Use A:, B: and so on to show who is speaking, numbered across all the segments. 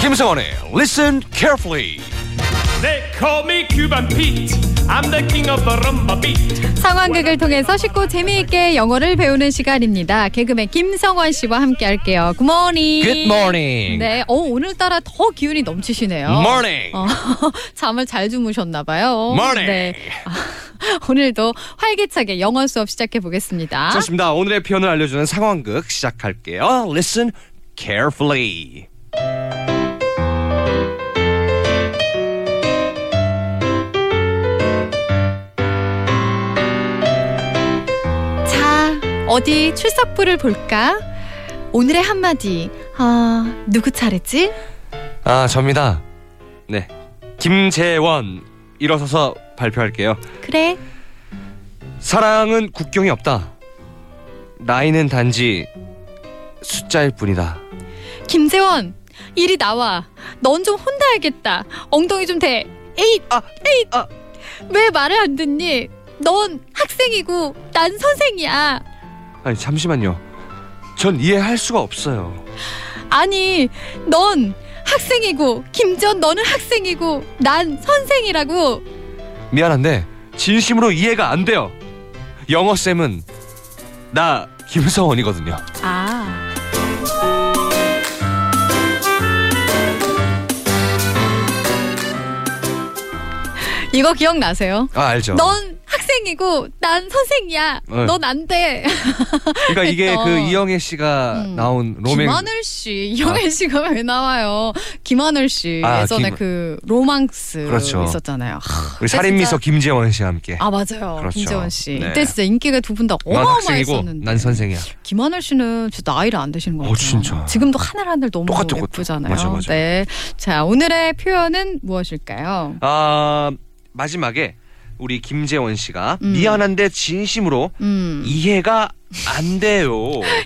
A: 김성원의 Listen Carefully.
B: They call me Cuban Pete. I'm the king of the rumba beat.
C: 상황극을 통해서 쉽고 재미있게 영어를 배우는 시간입니다. 개그맨 김성원 씨와 함께 할게요. 굿모닝.
A: Good morning.
C: 네, 어, 오늘따라 더 기운이 넘치시네요.
A: Morning.
C: 어, 잠을 잘 주무셨나 봐요.
A: Morning.
C: 네. 아, 오늘도 활기차게 영어 수업 시작해 보겠습니다.
A: 좋습니다. 오늘의 표현을 알려주는 상황극 시작할게요. Listen carefully.
C: 자, 어디 출석부를 볼까? 오늘의 한마디. 아, 누구 차례지?
A: 아 접니다. 네, 김재원 일어서서 발표할게요.
C: 그래.
A: 사랑은 국경이 없다. 나이는 단지 숫자일 뿐이다.
C: 김재원, 이리 나와. 넌 좀 혼나야겠다. 엉덩이 좀 대. 에잇,
A: 아,
C: 에잇.
A: 아.
C: 왜 말을 안 듣니? 넌 학생이고 난 선생이야.
A: 아니 잠시만요. 전 이해할 수가 없어요.
C: 아니, 넌 학생이고 김재원 너는 학생이고 난 선생이라고.
A: 미안한데 진심으로 이해가 안 돼요. 영어 쌤은 나 김성원이거든요.
C: 아. 이거 기억나세요?
A: 아 알죠.
C: 넌 학생이고 난 선생이야.
A: 네.
C: 넌 안 돼.
A: 그러니까 이게
C: 했던.
A: 그 이영애 씨가
C: 어. 음.
A: 나온 로맨
C: 김하늘 씨, 이영애 씨가 왜 나와요? 김하늘 씨
A: 아,
C: 예전에
A: 김-
C: 그 로망스
A: 그렇죠.
C: 있었잖아요. 하,
A: 우리 살인미소 김재원 씨와 함께.
C: 아 맞아요,
A: 그렇죠.
C: 김재원 씨.
A: 네.
C: 이때 진짜 인기가 두 분 다
A: 넌 학생이고
C: 어마어마했었는데.
A: 난 선생이야.
C: 김하늘 씨는 진짜 나이를 안 드시는 것
A: 어,
C: 같아요.
A: 진짜.
C: 지금도 하늘하늘 너무
A: 똑같아, 똑같아.
C: 예쁘잖아요.
A: 맞아, 맞아.
C: 네, 자 오늘의 표현은 무엇일까요?
A: 아 마지막에 우리 김재원 씨가
C: 음.
A: 미안한데 진심으로
C: 음,
A: 이해가 안 돼요.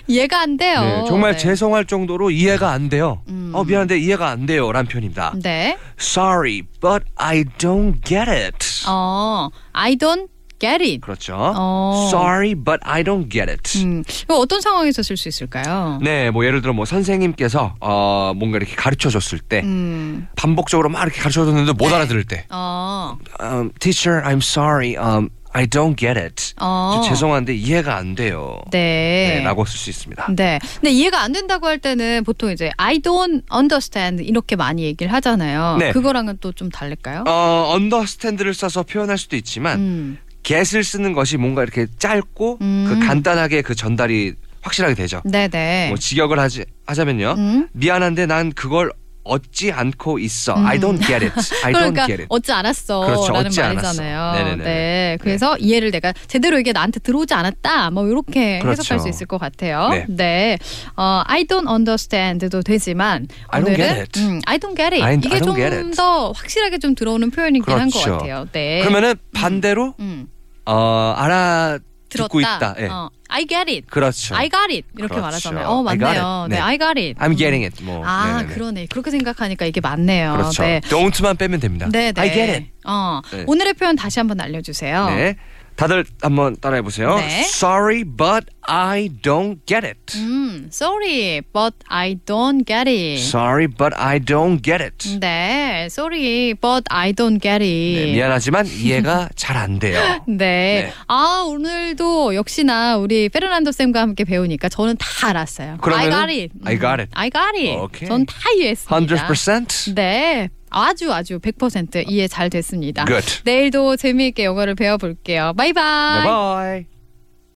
C: 이해가 안 돼요.
A: 네, 정말
C: 네.
A: 죄송할 정도로 이해가 안 돼요.
C: 음.
A: 어 미안한데 이해가 안 돼요란 표현입니다.
C: 네,
A: Sorry, but I don't get it.
C: 어, I don't get it.
A: 그렇죠.
C: 어.
A: Sorry, but I don't get it.
C: 음, 이거 어떤 상황에서 쓸 수 있을까요?
A: 네, 뭐 예를 들어 뭐 선생님께서 어 뭔가 이렇게 가르쳐 줬을 때
C: 음,
A: 반복적으로 막 이렇게 가르쳐 줬는데 못 알아들을 때
C: 어,
A: 네. um, Teacher, I'm sorry. Um, I don't get it.
C: 어.
A: 저 죄송한데 이해가 안 돼요.
C: 네.
A: 네, 라고 쓸 수 있습니다.
C: 네. 근데 이해가 안 된다고 할 때는 보통 이제 I don't understand 이렇게 많이 얘기를 하잖아요.
A: 네.
C: 그거랑은 또 좀 다를까요?
A: 어, understand를 써서 표현할 수도 있지만
C: 음.
A: get을 쓰는 것이 뭔가 이렇게 짧고
C: 음.
A: 그 간단하게 그 전달이 확실하게 되죠.
C: 네네.
A: 뭐 직역을 하지 하자면요.
C: 음?
A: 미안한데 난 그걸 얻지 않고 있어.
C: 음.
A: I don't get it. I don't
C: 그러니까
A: get it.
C: 어찌 알았어
A: 그렇죠,
C: 라는
A: 어찌
C: 말이잖아요.
A: 알았어. 네네네.
C: 네. 그래서 이해를 내가 제대로 이게 나한테 들어오지 않았다. 뭐 이렇게
A: 그렇죠.
C: 해석할 수 있을 것 같아요.
A: 네.
C: 어, I don't understand도 되지만
A: I don't
C: 오늘은
A: get it.
C: 음, I don't get it.
A: I- I
C: 이게
A: don't get it.
C: 좀 더 확실하게 좀 들어오는 표현이긴 한 것
A: 그렇죠.
C: 같아요. 네.
A: 그러면은 반대로
C: 음,
A: 어, 알아 듣고
C: 들었다.
A: 있다. 예.
C: 어, I get it.
A: 그렇죠.
C: I got it 이렇게
A: 그렇죠.
C: 말하잖아요. 어
A: I got
C: 맞네요.
A: it.
C: 네.
A: 네.
C: I got it.
A: I'm getting it. 뭐.
C: 아
A: 네네네.
C: 그러네. 그렇게 생각하니까 이게 맞네요.
A: 그렇죠.
C: 네.
A: don't만 빼면 됩니다.
C: 네, 네.
A: I get it.
C: 어
A: 네.
C: 오늘의 표현 다시 한번 알려주세요.
A: 네. 다들 한번 따라해 보세요.
C: 네.
A: Sorry, but I don't get it.
C: 음, 예. sorry, but I don't get it.
A: Sorry, but I don't get it.
C: 네, sorry, but I don't get
A: 네,
C: it.
A: 미안하지만 이해가 잘 안 돼요.
C: 예. 네.
A: 네.
C: 아, 오늘도 역시나 우리 페르난도 쌤과 함께 배우니까 저는 다 알았어요. I
A: 그러면은
C: got it.
A: I got it.
C: I got it.
A: 오케이.
C: 전 다 이해했습니다.
A: 100%.
C: 네. 아주 아주 100% 이해 잘 됐습니다.
A: Good.
C: 내일도 재미있게 영어를 배워볼게요. 바이바이.
A: Bye bye.